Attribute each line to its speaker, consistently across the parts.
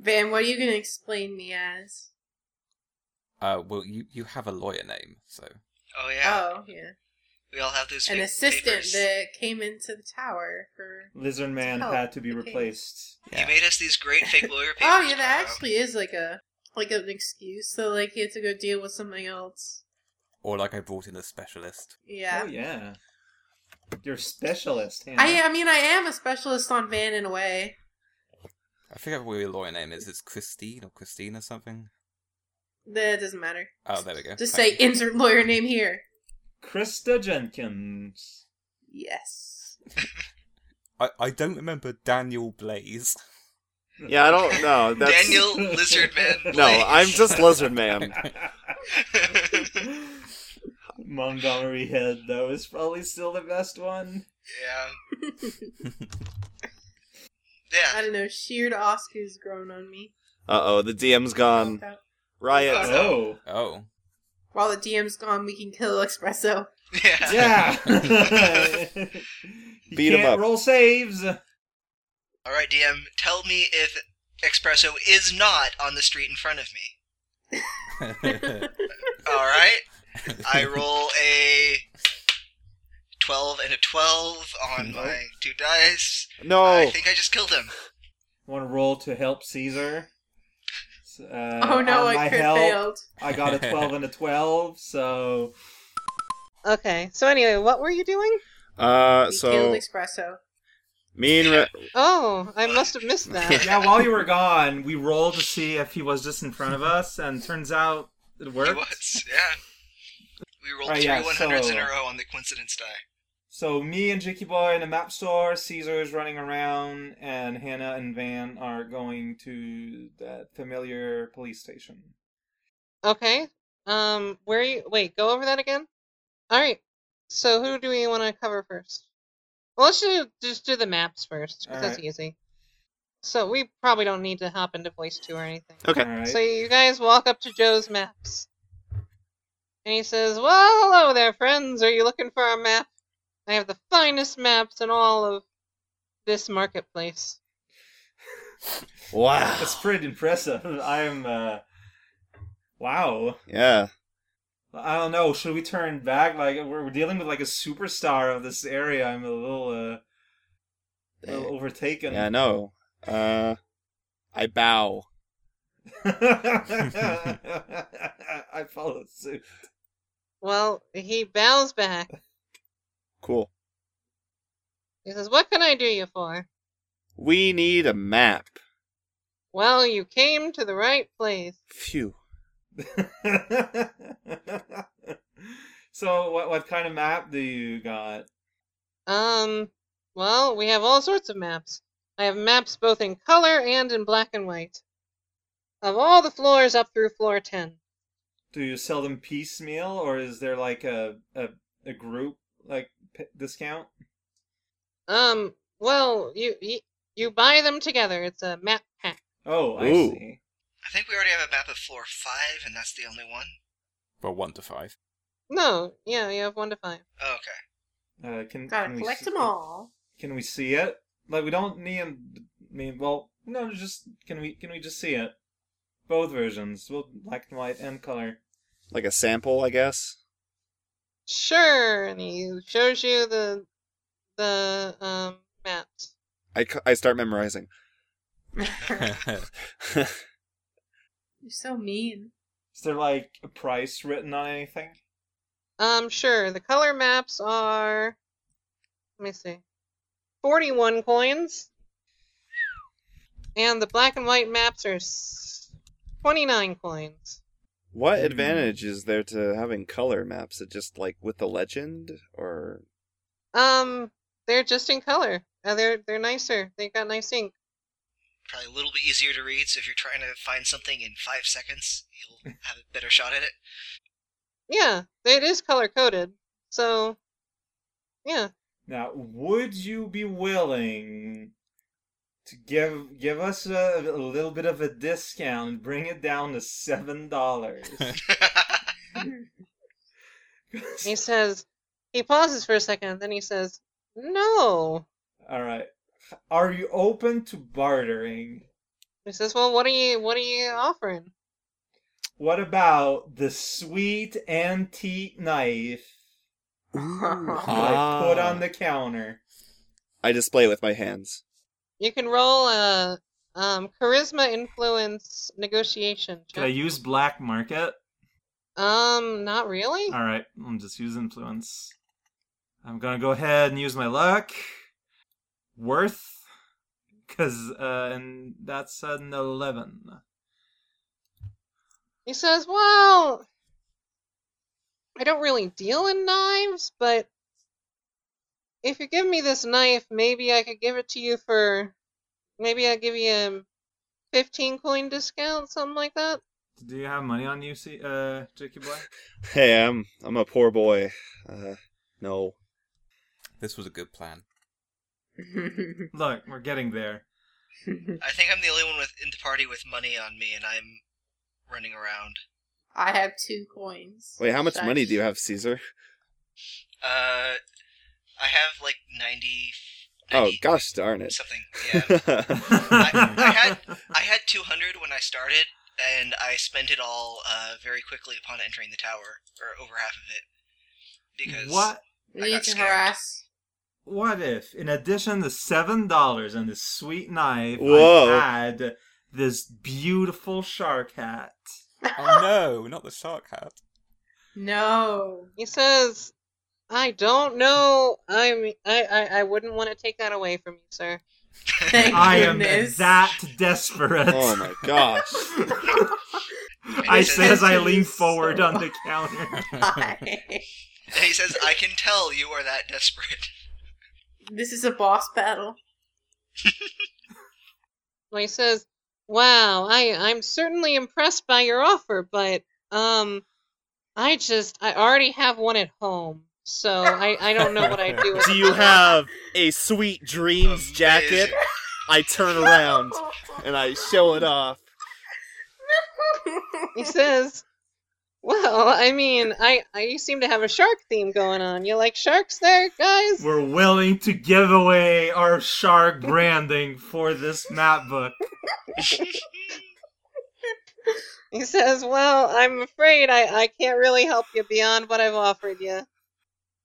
Speaker 1: Van, what are you going to explain me as?
Speaker 2: Uh, well, you, you have a lawyer name, so
Speaker 3: Oh yeah,
Speaker 1: Oh, yeah.
Speaker 3: we all have those.
Speaker 1: An
Speaker 3: pa-
Speaker 1: assistant
Speaker 3: papers.
Speaker 1: that came into the tower for.
Speaker 4: Lizard Man
Speaker 1: Oh,
Speaker 4: had to be
Speaker 1: okay.
Speaker 4: replaced.
Speaker 3: You made us these great fake lawyer papers.
Speaker 1: Oh, yeah, that
Speaker 3: Carl.
Speaker 1: actually is like a like an excuse. So, like, he had to go deal with something else.
Speaker 2: or like I brought in a specialist.
Speaker 1: Yeah.
Speaker 4: Oh yeah. You're a specialist, Hannah.
Speaker 1: I, I mean, I am a specialist on Van in a way.
Speaker 2: I forget what your lawyer name is. It's Christine or Christine or something.
Speaker 1: That doesn't matter.
Speaker 2: Oh, there we go.
Speaker 1: Just say
Speaker 2: Thank you.
Speaker 1: insert lawyer name here.
Speaker 4: Krista Jenkins.
Speaker 1: Yes.
Speaker 2: I, I don't remember Daniel Blaze.
Speaker 5: Yeah, I don't know. That's
Speaker 3: Daniel Lizardman.
Speaker 5: No, I'm just Lizard Man.
Speaker 3: yeah,
Speaker 4: Montgomery Head though is probably still the best one.
Speaker 3: yeah.
Speaker 1: I don't know. Sheared Oscar's grown on me.
Speaker 5: Uh oh, the DM's
Speaker 4: Um,
Speaker 5: gone. Riot.
Speaker 4: Oh.
Speaker 2: Oh,
Speaker 1: While the DM's gone, we can kill
Speaker 4: uh,
Speaker 1: Espresso.
Speaker 3: Yeah.
Speaker 4: Yeah.
Speaker 5: Beat 'em
Speaker 4: Can't
Speaker 5: up.
Speaker 4: Roll saves.
Speaker 3: All right, DM. Tell me if Espresso is not on the street in front of me. All right. I roll a twelve and a twelve on my two dice. I
Speaker 4: Oh.
Speaker 5: No.
Speaker 3: think I just killed him.
Speaker 4: Want to roll to help Caesar? S- Uh,
Speaker 1: oh no,
Speaker 4: on
Speaker 1: I
Speaker 4: my
Speaker 1: crit
Speaker 4: help,
Speaker 1: failed.
Speaker 4: I got a twelve and a twelve, so
Speaker 6: Okay. So anyway, what were you doing?
Speaker 5: Uh,
Speaker 1: We killed
Speaker 5: so
Speaker 1: Espresso.
Speaker 5: me and Ra-
Speaker 6: Oh, I must have missed that.
Speaker 4: yeah. While you were gone, we rolled to see if he was just in front of us, and turns out it
Speaker 3: He
Speaker 4: worked.
Speaker 3: was. Yeah. We rolled
Speaker 4: Right,
Speaker 3: three
Speaker 4: yeah,
Speaker 3: 100s in a
Speaker 4: so-
Speaker 3: row on the coincidence die.
Speaker 4: So me and Jicky Boy in the map store, Caesar is running around, and Hannah and Van are going to that familiar police station.
Speaker 6: Okay. Um, where you? Wait, go over that again. All right. So who do we want to cover first? Well, let's do, just do the maps first
Speaker 4: All
Speaker 6: because that's
Speaker 4: right.
Speaker 6: easy. So we probably don't need to hop into voice two or anything.
Speaker 5: Okay.
Speaker 4: All right.
Speaker 6: So you guys walk up to Joe's maps, and he says, "Well, hello there, friends. Are you looking for a map? I have the finest maps in all of this marketplace."
Speaker 5: wow.
Speaker 4: That's pretty impressive. I'm. Uh... Wow.
Speaker 5: Yeah.
Speaker 4: I don't know. Should we turn back? Like we're we're dealing with like a superstar of this area. I'm a little, uh, a little overtaken.
Speaker 5: Yeah, no. Uh, I bow.
Speaker 4: I follow suit.
Speaker 6: Well, he bows back.
Speaker 5: Cool.
Speaker 6: He says, "What can I do you for?"
Speaker 5: We need a map.
Speaker 6: Well, you came to the right place.
Speaker 5: Phew.
Speaker 4: so, what what kind of map do you got?
Speaker 6: Um, well, we have all sorts of maps. I have maps both in color and in black and white. Of all the floors up through floor 10.
Speaker 4: Do you sell them piecemeal, or is there like a a, a group like p- discount?
Speaker 6: Um, well, you, you you buy them together. It's a map pack.
Speaker 4: Oh, I
Speaker 5: Ooh.
Speaker 4: see.
Speaker 3: I think we already have a map of floor five, and that's the only one.
Speaker 2: well, one to five.
Speaker 6: No, yeah, you have one to five.
Speaker 3: Oh, okay.
Speaker 4: Uh, can
Speaker 1: Gotta
Speaker 4: can we
Speaker 1: collect
Speaker 4: s-
Speaker 1: them all.
Speaker 4: Can we see it? Like we don't need. Mean well, no. Just can we can we just see it? Both versions, well, black and white and color.
Speaker 5: Like a sample, I guess.
Speaker 6: Sure, and he shows you the the um maps.
Speaker 5: I, c- I start memorizing.
Speaker 1: You're so mean.
Speaker 4: Is there like a price written on anything?
Speaker 6: Um, sure. The color maps are let me see. 41 coins. And the black and white maps are s- 29 coins.
Speaker 5: what
Speaker 4: Hmm.
Speaker 5: advantage is there to having color maps? It just like with the legend or
Speaker 6: Um, they're just in color. Uh, they're they're nicer. They got nice ink.
Speaker 3: Probably a little bit easier to read, so if you're trying to find something in five seconds, you'll have a better shot at it.
Speaker 6: Yeah, it is color coded. So, yeah.
Speaker 4: Now, would you be willing to give give us a, a little bit of a discount and bring it down to seven dollars?
Speaker 6: He says, he pauses for a second, then he says, No.
Speaker 4: All right. Are you open to bartering?
Speaker 6: He says, "Well, what are you what are you offering?"
Speaker 4: What about the sweet antique knife I put on the counter?
Speaker 5: I display it with my hands.
Speaker 6: You can roll a um, charisma influence negotiation.
Speaker 4: Could I
Speaker 6: check.
Speaker 4: use black market?
Speaker 6: Um, not really.
Speaker 4: All right, I'm just use influence. I'm gonna go ahead and use my luck, worth, cause uh, and that's an eleven.
Speaker 6: He says, Well, I don't really deal in knives, but if you give me this knife, maybe I could give it to you for. Maybe I'll give you a 15 coin discount, something like that.
Speaker 4: Do you have money on you, C- uh, Jakey Boy?
Speaker 5: Hey, I'm I'm a poor boy. Uh, no.
Speaker 2: This was a good plan.
Speaker 4: Look, we're getting there.
Speaker 3: I think I'm the only one with, in the party with money on me, and I'm running around.
Speaker 1: I have two coins.
Speaker 5: Wait, how much
Speaker 1: Shush.
Speaker 5: money do you have, Caesar?
Speaker 3: Uh, I have like 90.
Speaker 5: Oh,
Speaker 3: 90
Speaker 5: gosh darn it.
Speaker 3: Something. Yeah. I- I had- I had 200 when I started, and I spent it all uh, very quickly upon entering the tower, or over half of it. Because
Speaker 4: What?
Speaker 1: We
Speaker 3: I
Speaker 1: need
Speaker 3: got
Speaker 1: to
Speaker 3: scammed.
Speaker 1: harass.
Speaker 4: What if, in addition to seven dollars and this sweet knife,
Speaker 5: Whoa.
Speaker 4: I had this beautiful shark hat?
Speaker 2: oh no, not the shark hat.
Speaker 1: No.
Speaker 6: He says, I don't know. I mean, I, I, I wouldn't want to take that away from you, sir.
Speaker 1: Thank
Speaker 4: I
Speaker 1: goodness.
Speaker 4: am that desperate.
Speaker 5: Oh my gosh.
Speaker 4: I say as I
Speaker 1: Attention
Speaker 4: lean
Speaker 1: is
Speaker 4: forward
Speaker 1: so-
Speaker 4: on the counter.
Speaker 1: Hi.
Speaker 3: And he says, "I can tell you are that desperate."
Speaker 1: this is a boss battle.
Speaker 6: Well, he says, "Wow, I I'm certainly impressed by your offer, but um, I just I already have one at home, so I I don't know what I do." With
Speaker 7: Do you have a sweet dreams jacket?
Speaker 3: Amazing.
Speaker 7: I turn around and I show it off.
Speaker 6: He says, "Well, I mean, I, I you seem to have a shark theme going on. You like sharks, there, guys?"
Speaker 4: We're willing to give away our shark branding for this map book.
Speaker 6: He says, "Well, I'm afraid I I can't really help you beyond what I've offered you.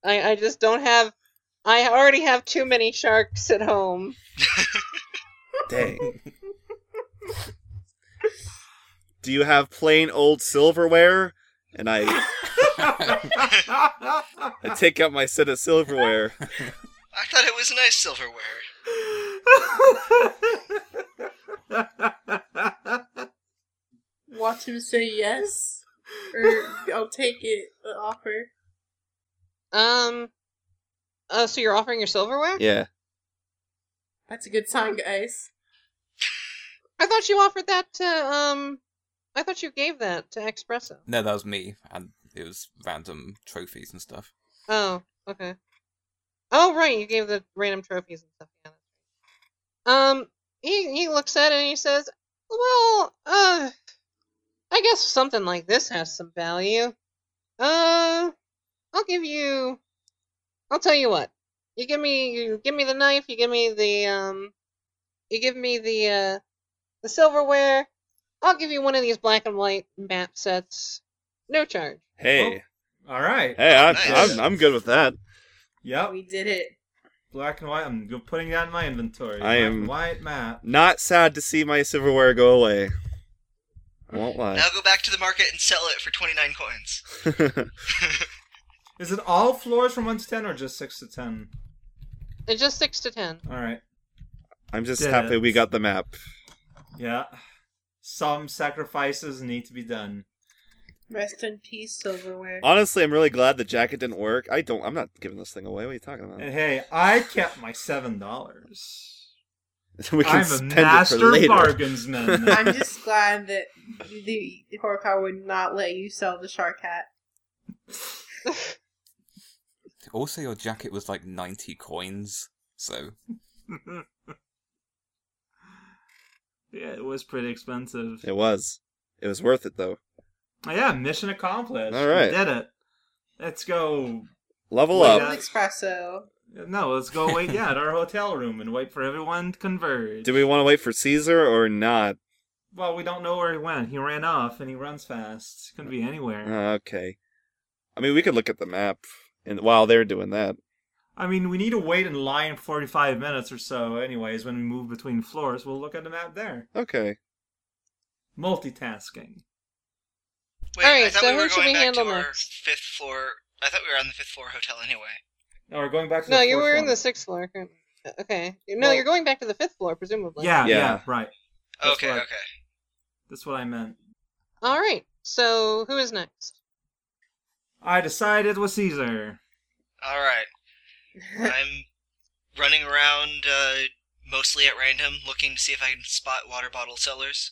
Speaker 6: I I just don't have." I already have too many sharks at home.
Speaker 5: Dang. Do you have plain old silverware? And I, I take out my set of silverware.
Speaker 3: I thought it was nice silverware.
Speaker 1: Watch him say yes, or I'll take it. The offer.
Speaker 6: Um. Oh, so you're offering your silverware?
Speaker 5: Yeah.
Speaker 1: That's a good sign, guys.
Speaker 6: I thought you offered that to um. I thought you gave that to Expresso.
Speaker 2: No, that was me, and it was random trophies and stuff.
Speaker 6: Oh, okay. Oh, right, you gave the random trophies and stuff. Yeah. that's right. Um. He he looks at it and he says, "Well, uh, I guess something like this has some value. Uh, I'll give you. I'll tell you what. You give me you give me the knife. You give me the um. You give me the uh, the silverware. I'll give you one of these black and white map sets, no charge.
Speaker 5: Hey.
Speaker 4: All right.
Speaker 5: Hey, I,
Speaker 3: Oh, Nice.
Speaker 5: I'm, I'm good with that.
Speaker 4: Yep.
Speaker 1: We did it.
Speaker 4: Black and white. I'm putting that in my inventory.
Speaker 5: I
Speaker 4: Black
Speaker 5: am-
Speaker 4: and white map.
Speaker 5: Not sad to see my silverware go away. I won't lie.
Speaker 3: Now go back to the market and sell it for 29 coins.
Speaker 4: Is it all floors from one to ten or just six to ten?
Speaker 6: It's just six to ten.
Speaker 4: All right.
Speaker 5: I'm just
Speaker 4: Dead.
Speaker 5: happy we got the map.
Speaker 4: Yeah. Some sacrifices need to be done.
Speaker 1: Rest in peace, silverware.
Speaker 5: Honestly, I'm really glad the jacket didn't work. I don't. I'm not giving this thing away. What are you talking about?
Speaker 4: And hey, I kept my seven dollars.
Speaker 5: we can
Speaker 4: I'm a
Speaker 5: spend it for
Speaker 4: master
Speaker 5: later.
Speaker 4: bargainsman.
Speaker 1: I'm just glad that the Horcar would not let you sell the shark hat.
Speaker 2: Also, your jacket was like 90 coins, so
Speaker 4: yeah, it was pretty expensive.
Speaker 5: It was. It was worth it though.
Speaker 4: Oh, yeah, mission accomplished.
Speaker 5: All right.
Speaker 4: We did it. Let's go.
Speaker 5: Level
Speaker 4: Wait,
Speaker 5: up.
Speaker 4: uh,
Speaker 1: Espresso.
Speaker 4: No, let's go wait. yeah, at our hotel room and wait for everyone to converge.
Speaker 5: Do we want to wait for Caesar or not?
Speaker 4: Well, we don't know where he went. He ran off and he runs fast. Could be anywhere.
Speaker 5: Uh, okay. I mean, we could look at the map and while they're doing that.
Speaker 4: I mean, we need to wait in line 45 minutes or so, anyways, when we move between floors. We'll look at the map there.
Speaker 5: Okay.
Speaker 4: Multitasking.
Speaker 3: Wait,
Speaker 6: Alright,
Speaker 3: I thought
Speaker 6: so
Speaker 3: we were
Speaker 6: who should
Speaker 3: going
Speaker 6: we
Speaker 3: back
Speaker 6: handle
Speaker 3: to our
Speaker 6: next?
Speaker 3: fifth floor. I thought we were on the fifth floor hotel anyway.
Speaker 4: No, we're going back to
Speaker 6: No,
Speaker 4: the
Speaker 6: you
Speaker 4: fourth
Speaker 6: were in
Speaker 4: floor.
Speaker 6: the sixth floor. current- Okay. No,
Speaker 4: Well-
Speaker 6: you're going back to the fifth floor, presumably.
Speaker 4: Yeah, yeah,
Speaker 5: Yeah.
Speaker 4: right. That's
Speaker 3: Okay,
Speaker 4: right.
Speaker 3: okay.
Speaker 4: That's what I meant.
Speaker 6: All right. So who is next?
Speaker 4: I decided it was Caesar.
Speaker 3: All right. I'm running around uh, mostly at random, looking to see if I can spot water bottle sellers.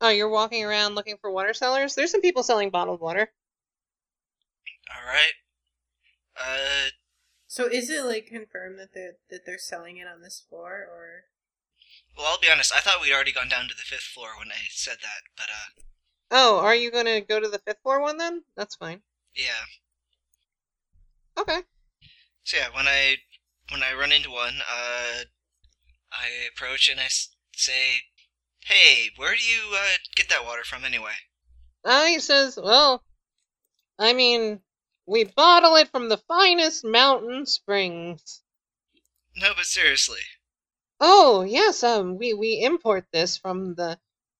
Speaker 6: Oh, you're walking around looking for water sellers. There's some people selling bottled water.
Speaker 3: All right. Uh,
Speaker 1: so is it like confirmed that they're that they're selling it on this floor or
Speaker 3: well, I'll be honest. I thought we'd already gone down to the fifth floor when I said that, but uh,
Speaker 6: Oh, are you going to go to the fifth floor one then? That's fine.
Speaker 3: yeah.
Speaker 6: Okay.
Speaker 3: So yeah, when I when I run into one, uh, I approach and I s- say, "Hey, where do you uh, get that water from anyway?"
Speaker 6: Uh, he says, well, I mean, we bottle it from the finest mountain springs.
Speaker 3: No, but seriously.
Speaker 6: Oh, yes, um, we, we import this from the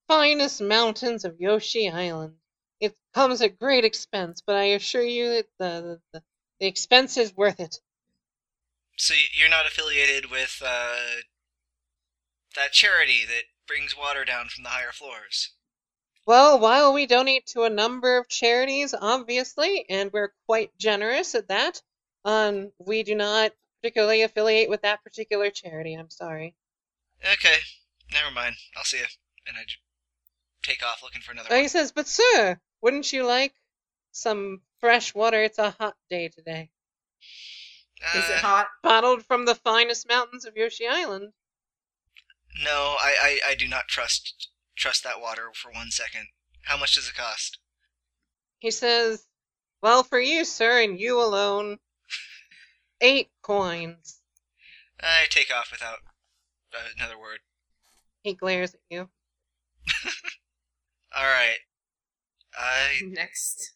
Speaker 6: finest mountains of Yoshi Island. It comes at great expense, but I assure you that the, the, the expense is worth it.
Speaker 3: So y- you're not affiliated with uh, that charity that brings water down from the higher floors.
Speaker 6: Well, while we donate to a number of charities, obviously, and we're quite generous at that, um, we do not particularly affiliate with that particular charity. I'm sorry.
Speaker 3: Okay, never mind. I'll see you. And I j- take off looking for another.
Speaker 6: Oh,
Speaker 3: one.
Speaker 6: he says, but sir, wouldn't you like some fresh water? It's a hot day today.
Speaker 1: is it
Speaker 3: Uh,
Speaker 1: hot?
Speaker 6: Bottled from the finest mountains of Yoshi Island.
Speaker 3: No, I, I I do not trust trust that water for one second. How much does it cost?
Speaker 6: He says, well, for you, sir, and you alone, eight coins.
Speaker 3: I take off without uh, another word.
Speaker 6: He glares at you.
Speaker 3: All right. I
Speaker 1: Next.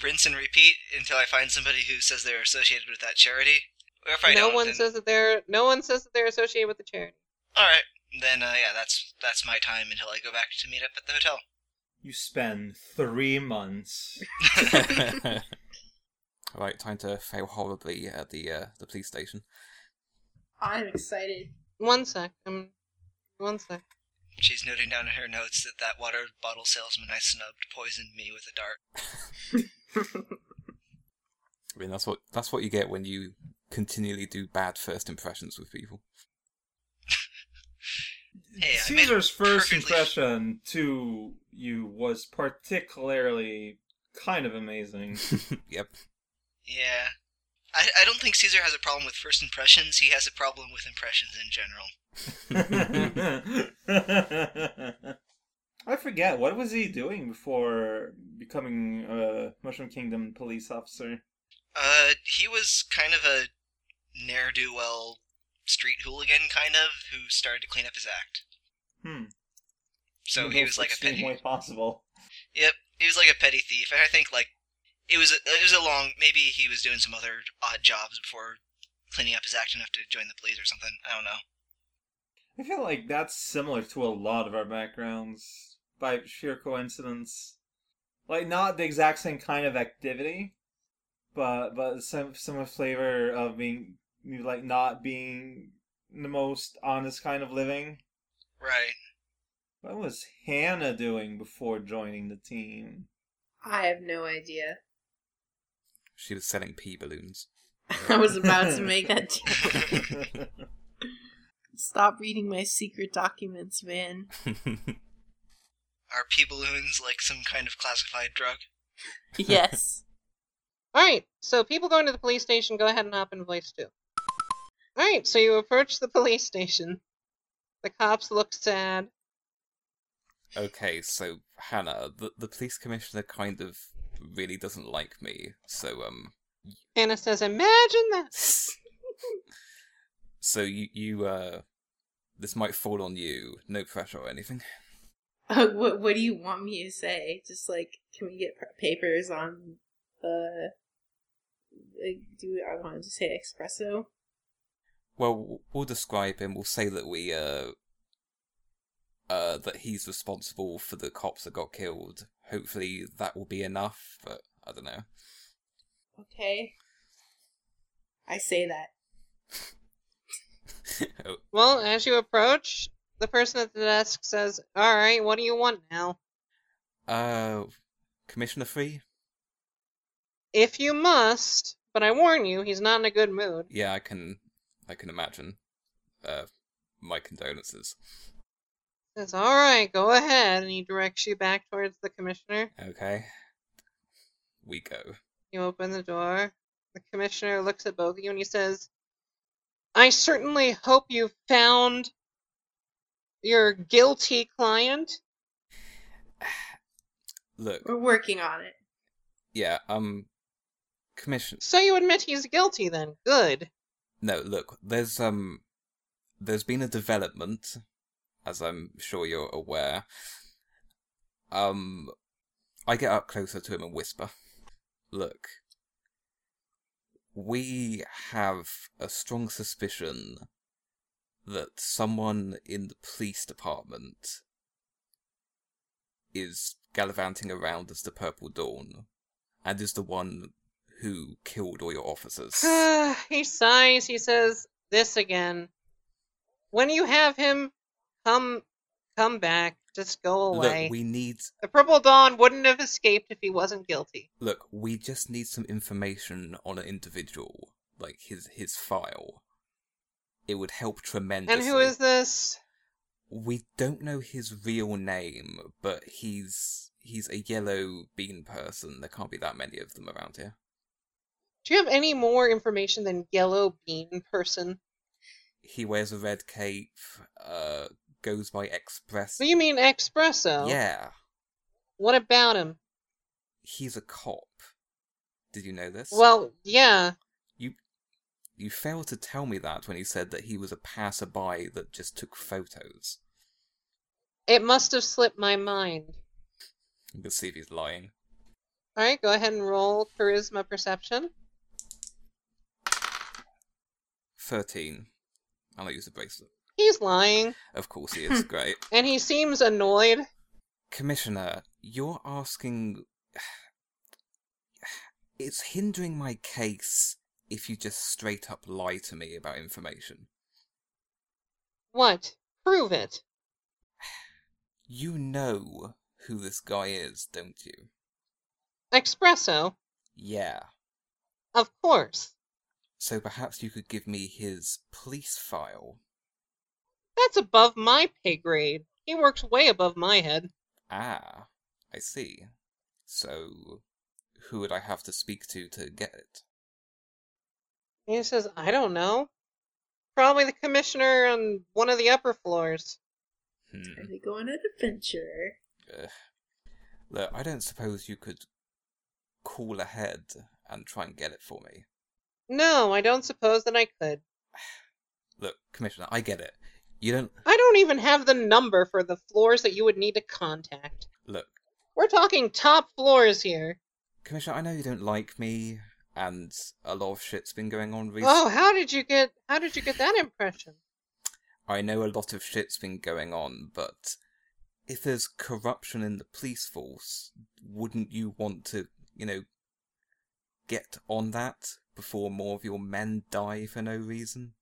Speaker 3: rinse and repeat until I find somebody who says they're associated with that charity. Or if I
Speaker 6: No
Speaker 3: don't,
Speaker 6: one
Speaker 3: then,
Speaker 6: says that they're no one says that they're associated with the charity.
Speaker 3: all right. Then uh, yeah, that's that's my time until I go back to meet up at the hotel.
Speaker 4: You spend three months.
Speaker 2: right, time to fail horribly at the uh, the police station.
Speaker 1: I'm excited.
Speaker 6: One sec. Um, one sec.
Speaker 3: She's noting down in her notes that that water bottle salesman I snubbed poisoned me with a dart.
Speaker 2: I mean, that's what that's what you get when you continually do bad first impressions with people.
Speaker 3: Hey, I made a
Speaker 4: Caesar's first
Speaker 3: perfectly-
Speaker 4: impression to you was particularly kind of amazing.
Speaker 2: yep.
Speaker 3: Yeah. I, I don't think Caesar has a problem with first impressions. He has a problem with impressions in general.
Speaker 4: I forget what was he doing before becoming a Mushroom Kingdom police officer.
Speaker 3: Uh, he was kind of a ne'er do well street hooligan, kind of, who started to clean up his act.
Speaker 4: Hmm.
Speaker 3: So
Speaker 4: In the
Speaker 3: he
Speaker 4: most
Speaker 3: was like a
Speaker 4: extreme
Speaker 3: petty.
Speaker 4: way possible.
Speaker 3: Yep, he was like a petty thief, and I think like it was a, it was a long. Maybe he was doing some other odd jobs before cleaning up his act enough to join the police or something. I don't know.
Speaker 4: I feel like that's similar to a lot of our backgrounds by sheer coincidence. Like not the exact same kind of activity, but but some some flavor of being like not being the most honest kind of living.
Speaker 3: Right.
Speaker 4: What was Hannah doing before joining the team?
Speaker 1: I have no idea.
Speaker 2: She was selling pee balloons.
Speaker 1: I was about to make that joke. Stop reading my secret documents, man.
Speaker 3: Are pee balloons like some kind of classified drug?
Speaker 1: Yes.
Speaker 6: All right. So people going to the police station, go ahead and hop in voice two. All right. So you approach the police station. The cops look sad.
Speaker 2: okay, so Hannah, the the police commissioner kind of really doesn't like me. So um,
Speaker 6: Hannah says, "Imagine that."
Speaker 2: So you you uh, this might fall on you. No pressure or anything.
Speaker 1: Uh, what What do you want me to say? Just like, can we get pr- papers on the? Uh, do I want to just say espresso?
Speaker 2: Well, w- we'll describe him. We'll say that we uh, uh, that he's responsible for the cops that got killed. Hopefully, that will be enough. But I don't know.
Speaker 1: Okay. I say that.
Speaker 2: Oh,
Speaker 6: Well, as you approach, the person at the desk says, All right, what do you want now?
Speaker 2: uh, Commissioner Free.
Speaker 6: If you must, but I warn you, he's not in a good mood.
Speaker 2: Yeah, I can, I can imagine. Uh, my condolences.
Speaker 6: Says, All right, go ahead. And he directs you back towards the commissioner.
Speaker 2: Okay, we go.
Speaker 6: You open the door. The commissioner looks at both of you and he says, I certainly hope you found your guilty client.
Speaker 2: Look,
Speaker 1: We're working on it.
Speaker 2: yeah, um, Commission.
Speaker 6: So you admit he's guilty then. Good.
Speaker 2: No, look, there's um there's been a development, as I'm sure you're aware. Um I get up closer to him and whisper, Look, we have a strong suspicion that someone in the police department is gallivanting around as the Purple Dawn and is the one who killed all your officers.
Speaker 6: he sighs. He says, "This again. When you have him, come, come back. Just go away."
Speaker 2: Look, we need
Speaker 6: The Purple Dawn wouldn't have escaped if he wasn't guilty.
Speaker 2: look, we just need some information on an individual, like his his file. It would help tremendously.
Speaker 6: And who is this?
Speaker 2: We don't know his real name, but he's he's a yellow bean person. There can't be that many of them around here.
Speaker 6: Do you have any more information than Yellow Bean Person?
Speaker 2: He wears a red cape. Uh, goes by Express.
Speaker 6: So you mean Espresso?
Speaker 2: Yeah,
Speaker 6: What about him?
Speaker 2: he's a cop. Did you know this?
Speaker 6: Well, yeah.
Speaker 2: you failed to tell me that when you said that he was a passerby that just took photos.
Speaker 6: It must have slipped my mind.
Speaker 2: You can see if he's lying.
Speaker 6: All right, go ahead and roll Charisma Perception.
Speaker 2: Thirteen. I'll not use the bracelet.
Speaker 6: He's lying,
Speaker 2: Of course he is. Great.
Speaker 6: and he seems annoyed.
Speaker 2: Commissioner, you're asking. It's hindering my case if you just straight up lie to me about information.
Speaker 6: What? Prove it.
Speaker 2: You know who this guy is, don't you?
Speaker 6: Espresso,
Speaker 2: Yeah.
Speaker 6: of course.
Speaker 2: So perhaps you could give me his police file
Speaker 6: That's above my pay grade. He works way above my head.
Speaker 2: Ah, I see. So, who would I have to speak to to get it?
Speaker 6: He says, I don't know. Probably the commissioner on one of the upper floors.
Speaker 2: Hmm.
Speaker 1: Are we going on an adventure?
Speaker 2: Ugh. Look, I don't suppose you could call ahead and try and get it for me.
Speaker 6: No, I don't suppose that I could.
Speaker 2: Look, Commissioner, I get it. You don't.
Speaker 6: I don't even have the number for the floors that you would need to contact.
Speaker 2: Look,
Speaker 6: We're talking top floors here.
Speaker 2: Commissioner, I know you don't like me, and a lot of shit's been going on recently.
Speaker 6: Oh, how did you get how did you get that impression?
Speaker 2: I know a lot of shit's been going on, but if there's corruption in the police force, wouldn't you want to, you know, get on that before more of your men die for no reason?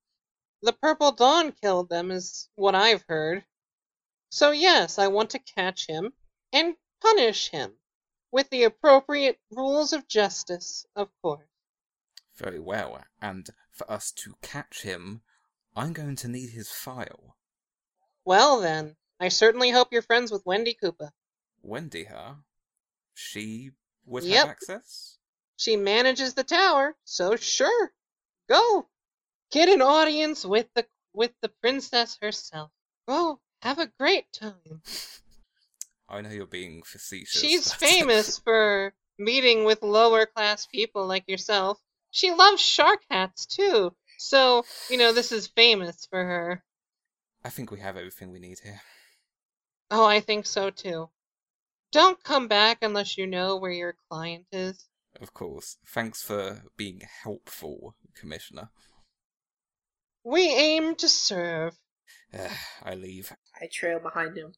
Speaker 6: The Purple Dawn killed them is what I've heard. So yes, I want to catch him and punish him with the appropriate rules of justice, of course.
Speaker 2: Very well, and for us to catch him, I'm going to need his file.
Speaker 6: Well then, I certainly hope you're friends with Wendy Koopa.
Speaker 2: Wendy, her? She would
Speaker 6: Yep.
Speaker 2: have access?
Speaker 6: She manages the tower, so sure. Go. Get an audience with the with the princess herself. Go. Have a great time.
Speaker 2: I know you're being facetious.
Speaker 6: She's
Speaker 2: but-
Speaker 6: famous for meeting with lower class people like yourself. She loves shark hats too. So, you know, this is famous for her.
Speaker 2: I think we have everything we need here.
Speaker 6: Oh, I think so too. Don't come back unless you know where your client is.
Speaker 2: Of course. Thanks for being helpful, Commissioner.
Speaker 6: We aim to serve.
Speaker 2: Ugh, I leave.
Speaker 1: I trail behind him.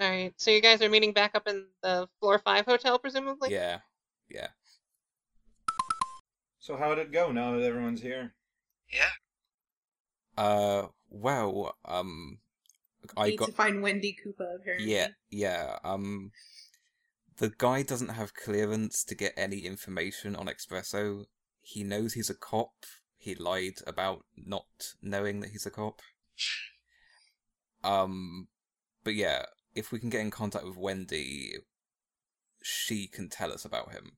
Speaker 6: All right. So you guys are meeting back up in the floor five hotel, presumably.
Speaker 2: Yeah, yeah.
Speaker 4: So how would it go now that everyone's here?
Speaker 3: Yeah.
Speaker 2: Uh, well, um, I
Speaker 1: Need
Speaker 2: got
Speaker 1: to find Wendy Koopa apparently.
Speaker 2: yeah, yeah. Um, the guy doesn't have clearance to get any information on Espresso. He knows he's a cop. He lied about not knowing that he's a cop. Um, but yeah, if we can get in contact with Wendy, she can tell us about him.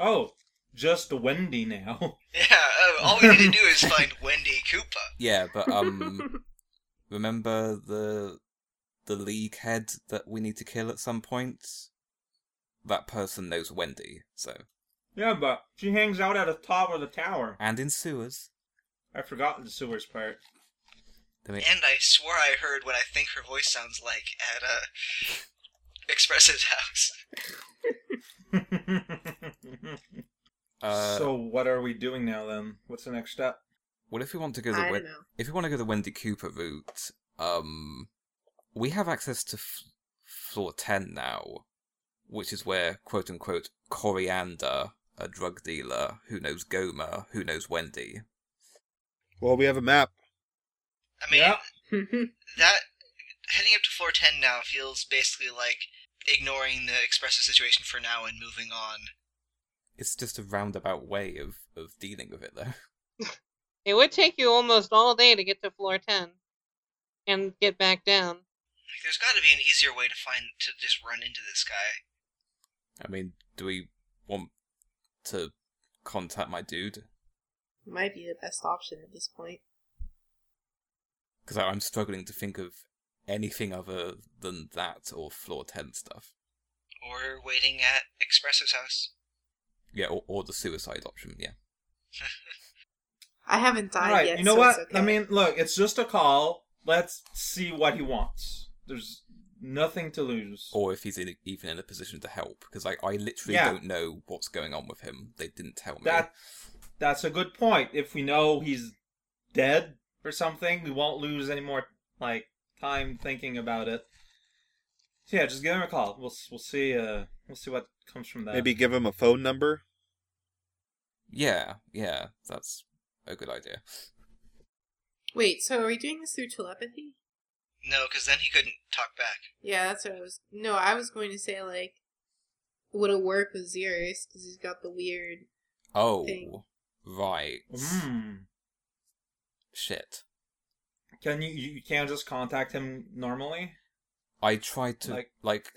Speaker 4: Oh, just Wendy now.
Speaker 3: Yeah. Uh, all we need to do is find Wendy Koopa.
Speaker 2: Yeah, but um. remember the the league head that we need to kill at some point that person knows wendy so
Speaker 4: yeah, but she hangs out at the top of the tower.
Speaker 2: and in sewers
Speaker 4: I forgot the sewers part.
Speaker 2: Then we-
Speaker 3: And I swore I heard what I think her voice sounds like at uh, Expressive's house.
Speaker 2: uh,
Speaker 4: so what are we doing now then? What's the next step?
Speaker 2: well if we want to go
Speaker 1: I
Speaker 2: the
Speaker 1: don't
Speaker 2: Wen-
Speaker 1: know.
Speaker 2: if we want to go the wendy cooper route um we have access to f- floor 10 now which is where quote unquote coriander a drug dealer who knows gomer who knows wendy
Speaker 5: Well, we have a map.
Speaker 3: I mean,
Speaker 4: Yeah.
Speaker 3: that heading up to floor 10 now feels basically like ignoring the expressive situation for now and moving on
Speaker 2: it's just a roundabout way of of dealing with it though
Speaker 6: It would take you almost all day to get to floor ten, and get back down.
Speaker 3: like, there's got to be an easier way to find to just run into this guy
Speaker 2: I mean, do we want to contact my dude?
Speaker 1: Might be the best option at this point.
Speaker 2: Because I'm struggling to think of anything other than that or floor 10 stuff.
Speaker 3: or waiting at expressive's house
Speaker 2: Yeah, or, or the suicide option, yeah.
Speaker 1: I haven't died
Speaker 4: Alright,
Speaker 1: yet.
Speaker 4: you know
Speaker 1: so
Speaker 4: what?
Speaker 1: it's okay.
Speaker 4: I mean, look, it's just a call. Let's see what he wants. There's nothing to lose.
Speaker 2: Or if he's in, even in a position to help, because I, I literally
Speaker 4: Yeah.
Speaker 2: don't know what's going on with him. They didn't tell me.
Speaker 4: That that's a good point. If we know he's dead or something, we won't lose any more like time thinking about it. So yeah, just give him a call. We'll we'll see uh we'll see what comes from that.
Speaker 5: Maybe give him a phone number.
Speaker 2: Yeah, yeah, that's a good idea.
Speaker 1: Wait, so are we doing this through telepathy?
Speaker 3: no because then he couldn't talk back
Speaker 1: Yeah, that's what I was. No, I was going to say like, would it work with Xeris because he's got the weird.
Speaker 2: Oh,
Speaker 1: Thing.
Speaker 2: right.
Speaker 4: Hmm.
Speaker 2: Shit.
Speaker 4: Can you you can't just contact him normally?
Speaker 2: I tried to like,
Speaker 4: Like-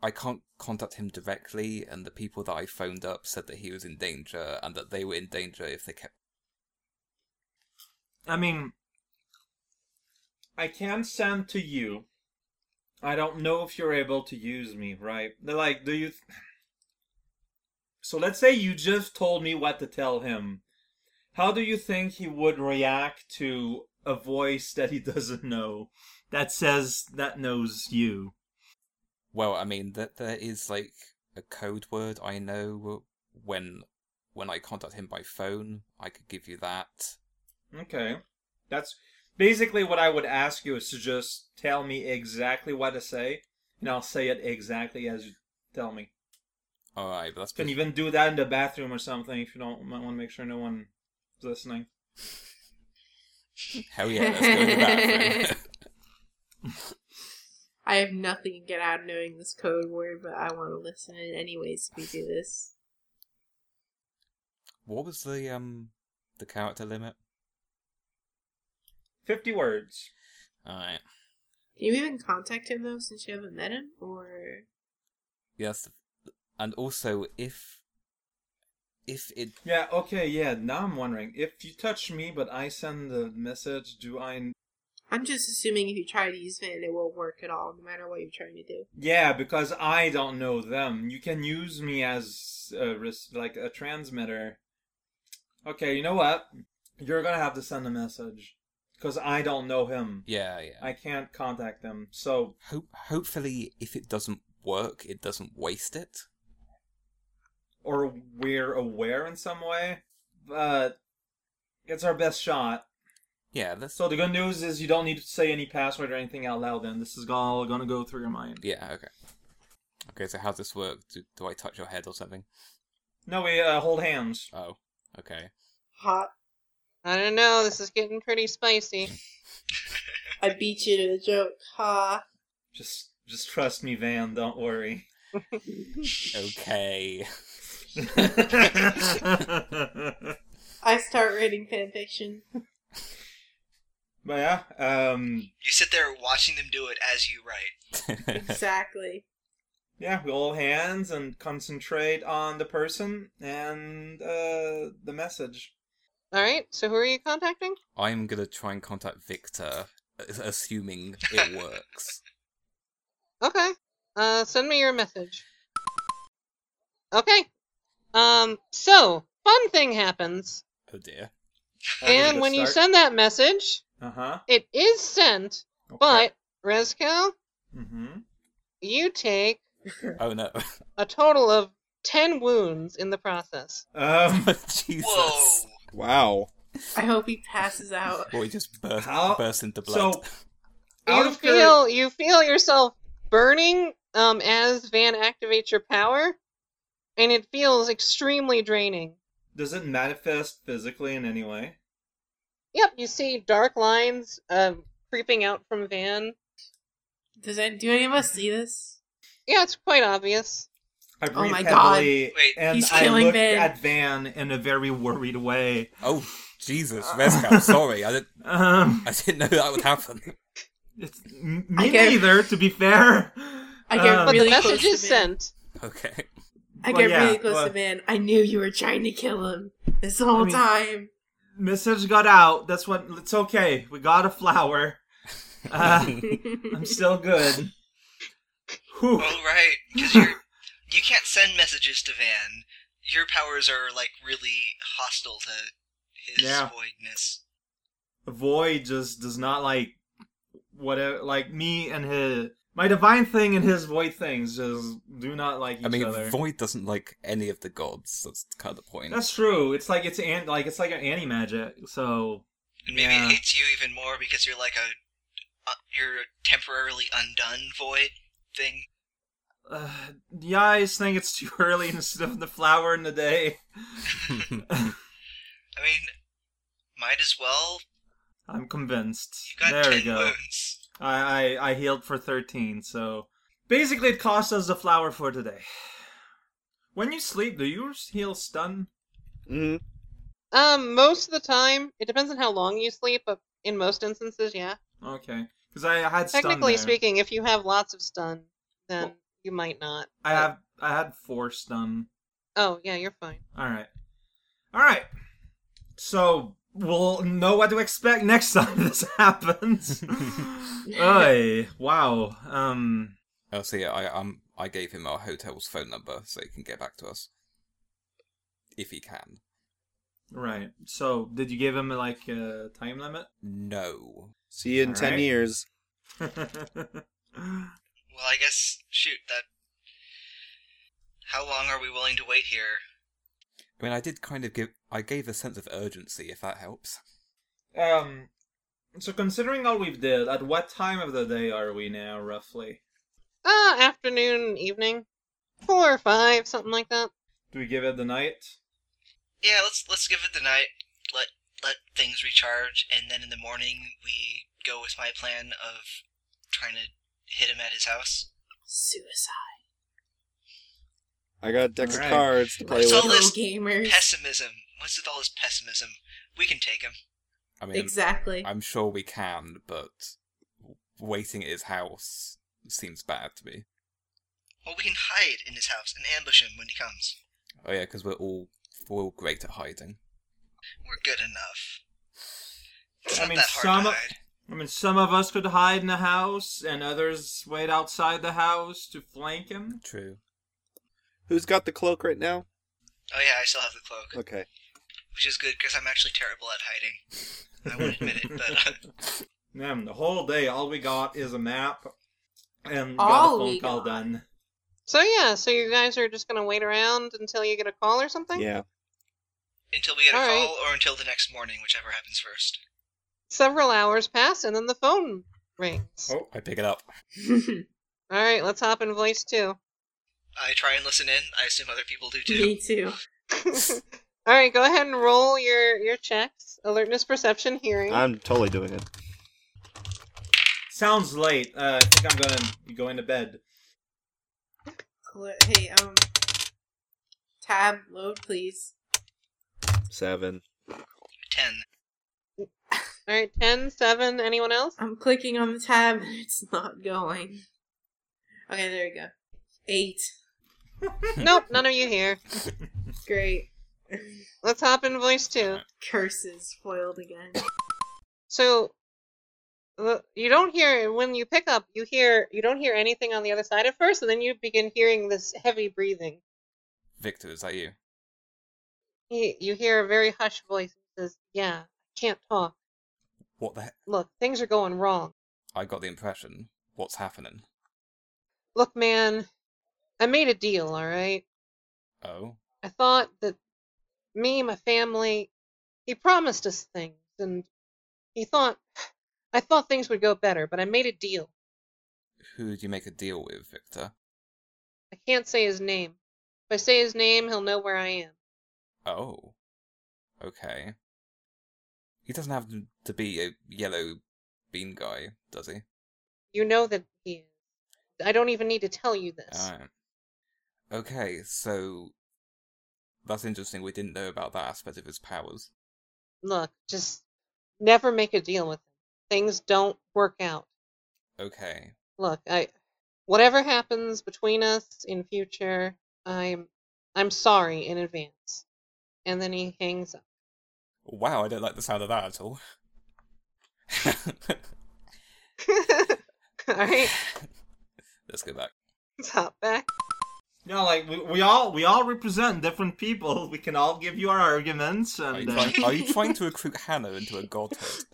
Speaker 2: I can't contact him directly, and the people that I phoned up said that he was in danger and that they were in danger if they kept.
Speaker 4: I mean, I can send to you. I don't know if you're able to use me, right? They're like, do you. So let's say you just told me what to tell him. How do you think he would react to a voice that he doesn't know that says that knows you?
Speaker 2: Well, I mean that there is like a code word I know when when I contact him by phone. I could give you that.
Speaker 4: Okay. That's basically what I would ask you is to just tell me exactly what to say, and I'll say it exactly as you tell me.
Speaker 2: All right, but that's
Speaker 4: can even do that in the bathroom or something if you don't might want to make sure no one's listening.
Speaker 2: hell yeah. Let's go to the bathroom.
Speaker 1: I have nothing to get out of knowing this code word, but I want to listen in anyways. If we do this,
Speaker 2: what was the um the character limit?
Speaker 4: Fifty words.
Speaker 2: All right.
Speaker 1: can you even contact him though, since you haven't met him? Or
Speaker 2: Yes, and also if if it
Speaker 4: Yeah. Okay. Yeah. Now I'm wondering if you touch me, but I send the message. Do I?
Speaker 1: I'm just assuming if you try to use Van, it won't work at all, no matter what you're trying to do.
Speaker 4: Yeah, because I don't know them. You can use me as a res- like a transmitter. Okay. You know what? You're gonna have to send a message because I don't know him.
Speaker 2: Yeah, yeah.
Speaker 4: I can't contact him. So
Speaker 2: Hope, hopefully, if it doesn't work, it doesn't waste it.
Speaker 4: or we're aware in some way, but it's our best shot.
Speaker 2: Yeah, that's
Speaker 4: So the good news is you don't need to say any password or anything out loud. Then this is all gonna go through your mind.
Speaker 2: yeah. Okay. Okay. So how's this work? Do, do I touch your head or something?
Speaker 4: No, we uh, hold hands.
Speaker 2: Oh, okay.
Speaker 1: Hot.
Speaker 6: I don't know. This is getting pretty spicy.
Speaker 1: I beat you to the joke. Ha.
Speaker 4: Just, just trust me, Van. Don't worry.
Speaker 2: Okay.
Speaker 4: but
Speaker 1: I start reading fanfiction.
Speaker 4: yeah, um,
Speaker 3: You sit there watching them do it as you write.
Speaker 1: Exactly.
Speaker 4: yeah, we hold hands and concentrate on the person and uh, the message.
Speaker 6: All right. So who are you contacting?
Speaker 2: I'm gonna try and contact Victor, a- assuming it works.
Speaker 6: Okay. Uh, send me your message. Okay. Um. So fun thing happens,
Speaker 2: Oh dear.
Speaker 6: and when you send that message,
Speaker 4: uh huh,
Speaker 6: it is sent. But Rezco,
Speaker 4: mm-hmm.
Speaker 6: you take
Speaker 2: Oh no.
Speaker 6: a total of ten wounds in the process.
Speaker 4: um,
Speaker 2: Jesus.
Speaker 3: Whoa!
Speaker 5: Wow.
Speaker 1: I hope he passes out.
Speaker 2: Boy just burst
Speaker 4: How-
Speaker 2: burst into blood.
Speaker 4: so out
Speaker 6: You
Speaker 4: of cur-
Speaker 6: feel you feel yourself burning um as Van activates your power, and it feels extremely draining.
Speaker 4: does it manifest physically in any way?
Speaker 6: Yep, you see dark lines um creeping out from Van.
Speaker 1: Does any, do any of us see this?
Speaker 6: Yeah, it's quite obvious.
Speaker 4: I breathe
Speaker 1: Oh my God.
Speaker 4: heavily,
Speaker 3: Wait,
Speaker 4: and
Speaker 1: he's
Speaker 4: I
Speaker 1: killing
Speaker 4: look
Speaker 1: Van.
Speaker 4: at Van in a very worried way.
Speaker 2: Oh Jesus, Reska, I'm sorry. I didn't
Speaker 4: Um,
Speaker 2: I didn't know that would happen.
Speaker 4: it's, m-
Speaker 1: I
Speaker 4: me
Speaker 1: get-
Speaker 4: neither, to be fair. Um,
Speaker 1: I get
Speaker 6: But
Speaker 1: Really
Speaker 6: the message
Speaker 1: close
Speaker 6: is
Speaker 1: to Van.
Speaker 6: sent.
Speaker 2: Okay.
Speaker 1: I
Speaker 4: Well,
Speaker 1: get
Speaker 4: yeah,
Speaker 1: really close
Speaker 4: well-
Speaker 1: to man. I knew you were trying to kill him this whole
Speaker 4: I mean-
Speaker 1: time.
Speaker 4: message got out. That's what. It's okay. We got a flower. Uh, I'm still good. Whew.
Speaker 3: Oh right, because you're you can't send messages to Van. Your powers are like really hostile to his
Speaker 4: Yeah.
Speaker 3: voidness.
Speaker 4: Void just does not like whatever. Like me and his, my divine thing and his void things just do not like each
Speaker 2: I mean
Speaker 4: other.
Speaker 2: Void doesn't like any of the gods, that's kind of the point.
Speaker 4: That's true. It's like it's an, like it's like an anti magic. So
Speaker 3: And maybe
Speaker 4: Yeah.
Speaker 3: it hates you even more because you're like a uh, you're a temporarily undone void thing.
Speaker 4: uh, the eyes think it's too early instead of the flower in the day.
Speaker 3: I mean, might as well.
Speaker 4: I'm convinced.
Speaker 3: You got
Speaker 4: there we
Speaker 3: ten
Speaker 4: go.
Speaker 3: wounds.
Speaker 4: I, I I healed for thirteen, so basically it cost us a flower for today. When you sleep, do you heal stun?
Speaker 5: hmm
Speaker 6: Um, most of the time, it depends on how long you sleep, but in most instances, yeah.
Speaker 4: Okay, because I had stun
Speaker 6: Technically
Speaker 4: there.
Speaker 6: speaking, if you have lots of stun, then you might not.
Speaker 4: I have I had four stun.
Speaker 6: Oh yeah, you're fine.
Speaker 4: All right, all right. So we'll know what to expect next time this happens. Oy, wow. Um,
Speaker 2: oh so yeah, I um I gave him our hotel's phone number so he can get back to us. If he can.
Speaker 4: right. So did you give him like a time limit?
Speaker 2: No.
Speaker 5: See you in
Speaker 4: All
Speaker 5: 10
Speaker 4: right.
Speaker 5: years.
Speaker 3: Well, I guess shoot that. How long are we willing to wait here?
Speaker 2: I mean I did kind of give I gave a sense of urgency if that helps.
Speaker 4: Um, so considering all we've did, at what time of the day are we now, roughly?
Speaker 6: Uh, afternoon, evening, four or five, something like that.
Speaker 4: Do we give it the night?
Speaker 3: Yeah, let's let's give it the night. Let let things recharge, and then in the morning we go with my plan of trying to hit him at his house.
Speaker 1: Suicide.
Speaker 5: I got a deck of
Speaker 4: Alright.
Speaker 5: cards to play
Speaker 3: It's
Speaker 5: with.
Speaker 3: all this
Speaker 1: gamers.
Speaker 3: Pessimism. What's with all this pessimism? We can take him.
Speaker 2: I mean
Speaker 1: Exactly.
Speaker 2: I'm sure we can, but waiting at his house seems bad to me.
Speaker 3: Well, we can hide in his house and ambush him when he comes.
Speaker 2: Oh yeah, because we're all we're all great at hiding.
Speaker 3: We're good enough. It's
Speaker 4: I
Speaker 3: not
Speaker 4: mean,
Speaker 3: that hard
Speaker 4: some
Speaker 3: to
Speaker 4: of-
Speaker 3: hide.
Speaker 4: I mean, some of us could hide in the house, and others wait outside the house to flank him.
Speaker 2: True.
Speaker 5: Who's got the cloak right now?
Speaker 3: Oh yeah, I still have the cloak.
Speaker 5: Okay.
Speaker 3: which is good because I'm actually terrible at hiding. I won't admit it, but uh,
Speaker 4: Man, the whole day, all we got is a map and we got a
Speaker 1: All
Speaker 4: phone
Speaker 1: we
Speaker 4: call
Speaker 1: got.
Speaker 4: done.
Speaker 6: So yeah, so you guys are just gonna wait around until you get a call or something?
Speaker 5: Yeah.
Speaker 3: until we get a
Speaker 6: All right.
Speaker 3: call or until the next morning, whichever happens first.
Speaker 6: Several hours pass and then the phone rings.
Speaker 4: Oh.
Speaker 2: I pick it up.
Speaker 1: Oh.
Speaker 6: Alright, let's hop in voice too.
Speaker 3: I try and listen in. I assume other people do too.
Speaker 1: Me too.
Speaker 6: Alright, go ahead and roll your, your checks. Alertness perception hearing.
Speaker 7: I'm totally doing it.
Speaker 4: Sounds late. Uh, I think I'm going to be going to bed.
Speaker 1: Alert- Hey, um, tab load, please.
Speaker 7: Seven.
Speaker 3: Ten.
Speaker 6: Alright, ten, seven, anyone else?
Speaker 1: I'm clicking on the tab and it's not going. Okay, there we go. Eight.
Speaker 6: nope, none of you here.
Speaker 1: Great.
Speaker 6: Let's hop in voice too.
Speaker 1: Curses foiled again.
Speaker 6: So the- you don't hear when you pick up. You hear you don't hear anything on the other side at first, and then you begin hearing this heavy breathing.
Speaker 2: Victor, is that you?
Speaker 6: He, you hear a very hushed voice that says, "Yeah, I can't talk.
Speaker 2: What the heck?
Speaker 6: Look, things are going wrong.
Speaker 2: I got the impression. What's happening?
Speaker 6: Look, man, I made a deal. All right,
Speaker 2: Oh,
Speaker 6: I thought that me, my family, he promised us things, and he thought I thought things would go better, but I made a deal.
Speaker 2: who did you make a deal with, Victor?
Speaker 6: I can't say his name. If I say his name, he'll know where I am."
Speaker 2: Oh, okay. He doesn't have to be a yellow bean guy, does he?
Speaker 6: You know that he is. I don't even need to tell you this.
Speaker 2: Alright. Okay, so that's interesting. We didn't know about that aspect of his powers.
Speaker 6: Look, just never make a deal with him. Things don't work out.
Speaker 2: Okay.
Speaker 6: Look, I whatever happens between us in future, I'm I'm sorry in advance. And then he hangs up.
Speaker 2: Wow, I don't like the sound of that at all.
Speaker 6: All right,
Speaker 2: Let's go back.
Speaker 6: let's hop back.
Speaker 4: You know, like we, we all we all represent different people. We can all give you our arguments,
Speaker 2: Are you,
Speaker 4: and uh,
Speaker 2: trying, are you trying to recruit Hannah into a godhood?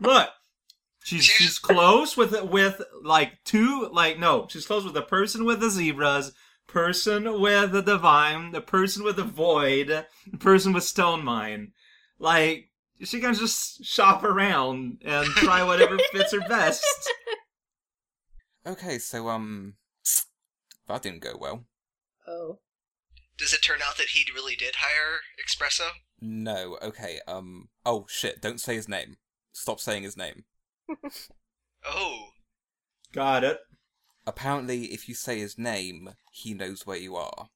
Speaker 4: look, she's she's close with with like two like no, she's close with the person with the zebras, person with the divine, the person with the void, the person with stone mine. Like she can just shop around and try whatever fits her best.
Speaker 2: Okay, so um, that didn't go well.
Speaker 1: Oh.
Speaker 3: Does it turn out that he really did hire Espresso?
Speaker 2: No. Okay. Um. Oh shit! Don't say his name. Stop saying his name.
Speaker 3: Oh,
Speaker 4: Got it.
Speaker 2: Apparently, if you say his name, he knows where you are.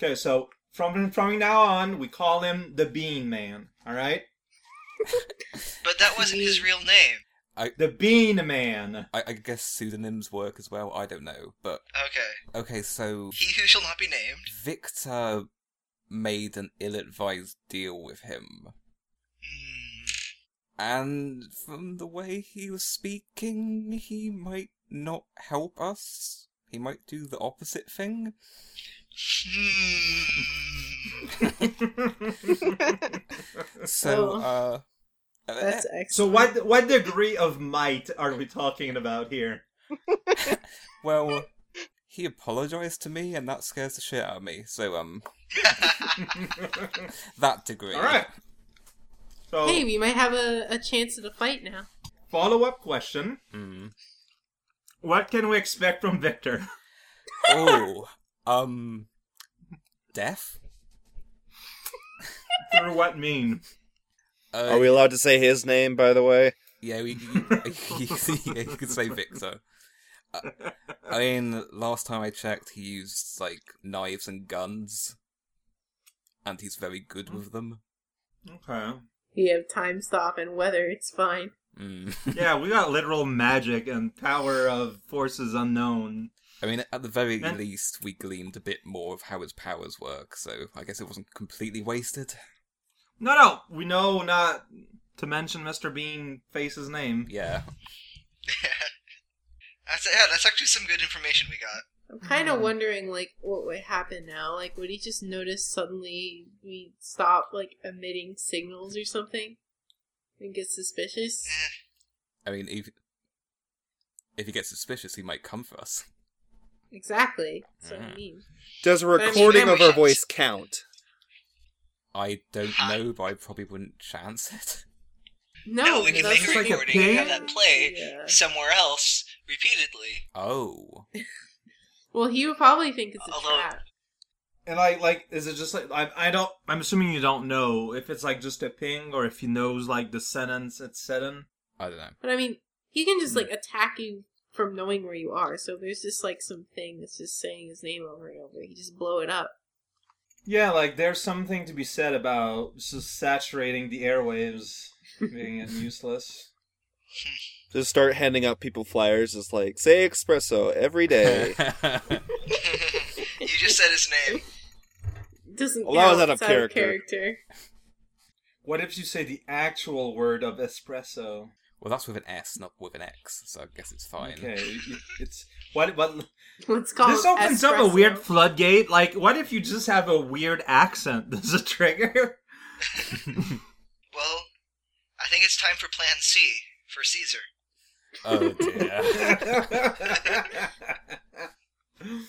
Speaker 4: Okay, so from from now on, we call him the Bean Man. All right,
Speaker 3: but that wasn't his real name.
Speaker 4: the Bean Man.
Speaker 2: I, I guess pseudonyms work as well. I don't know, but
Speaker 3: Okay.
Speaker 2: okay. So
Speaker 3: He who shall not be named.
Speaker 2: Victor made an ill-advised deal with him,
Speaker 3: Hmm.
Speaker 2: and from the way he was speaking, he might not help us. He might do the opposite thing.
Speaker 3: Hmm.
Speaker 2: So,
Speaker 1: Oh.
Speaker 2: uh, uh,
Speaker 1: That's excellent.
Speaker 4: Eh, so what what degree of might are we talking about here?
Speaker 2: Well, he apologized to me, and that scares the shit out of me. So, um, that degree.
Speaker 4: All right. So
Speaker 1: Hey, we might have a, a chance at a fight now.
Speaker 4: follow up question:
Speaker 2: Mm.
Speaker 4: What can we expect from Victor?
Speaker 2: Oh, um, deaf.
Speaker 4: Through what mean?
Speaker 2: Uh,
Speaker 5: Are we allowed to say his name, by the way?
Speaker 2: Yeah, we. You, yeah, you could say Victor. Uh, I mean, last time I checked, he used like knives and guns, and he's very good with them.
Speaker 4: Okay.
Speaker 1: We have time stop and weather. It's fine.
Speaker 2: Mm.
Speaker 4: Yeah, we got literal magic and power of forces unknown.
Speaker 2: I mean, at the very
Speaker 4: Man.
Speaker 2: least, we gleamed a bit more of how his powers work, so I guess it wasn't completely wasted.
Speaker 4: No, no, we know not to mention Mr. Bean Face's name.
Speaker 2: Yeah.
Speaker 3: that's yeah. That's actually some good information we got.
Speaker 1: I'm kind
Speaker 4: Um.
Speaker 1: of wondering, like, what would happen now? Like, would he just notice suddenly we stop, like, emitting signals or something? And get suspicious?
Speaker 3: Eh,
Speaker 2: I mean, if if he gets suspicious, he might come for us.
Speaker 1: Exactly. That's what I
Speaker 3: Mm-hmm.
Speaker 2: Mm.
Speaker 1: mean.
Speaker 7: Does a
Speaker 1: I mean,
Speaker 7: recording
Speaker 1: then
Speaker 7: of
Speaker 1: we-
Speaker 7: our voice count?
Speaker 2: I don't
Speaker 3: Hi.
Speaker 2: know, but I probably wouldn't chance it.
Speaker 1: No,
Speaker 3: No, we can
Speaker 1: that's
Speaker 3: make
Speaker 4: It's
Speaker 3: a
Speaker 1: what
Speaker 4: like a
Speaker 1: I
Speaker 3: recording and have
Speaker 4: pin?
Speaker 3: that play
Speaker 1: Yeah.
Speaker 3: somewhere else repeatedly.
Speaker 2: Oh,
Speaker 1: Well, he would probably think it's a
Speaker 3: Although-
Speaker 1: trap.
Speaker 4: And like, like, is it just like I, I don't? I'm assuming you don't know if it's like just a ping or if he knows like the sentence it's set in.
Speaker 2: I don't know.
Speaker 1: But I mean, he can just like attack you from knowing where you are. So if there's just like some thing that's just saying his name over and over. He just blow it up.
Speaker 4: Yeah, like there's something to be said about just saturating the airwaves, making it useless.
Speaker 5: Just start handing out people flyers. It's like, say espresso every day.
Speaker 3: you just said his name.
Speaker 1: Doesn't
Speaker 5: Well, that was
Speaker 1: count.
Speaker 5: out of
Speaker 1: It's
Speaker 5: character.
Speaker 4: What if you say the actual word of espresso?
Speaker 2: well, that's with an S, not with an X, so I guess it's fine.
Speaker 4: Okay, it- it's what? What?
Speaker 1: Let's call
Speaker 4: this
Speaker 1: it
Speaker 4: opens up a
Speaker 1: Oh, espresso.
Speaker 4: weird floodgate. Like, what if you just have a weird accent? Does it trigger?
Speaker 3: Well, I think it's time for Plan C for Caesar.
Speaker 2: Oh dear.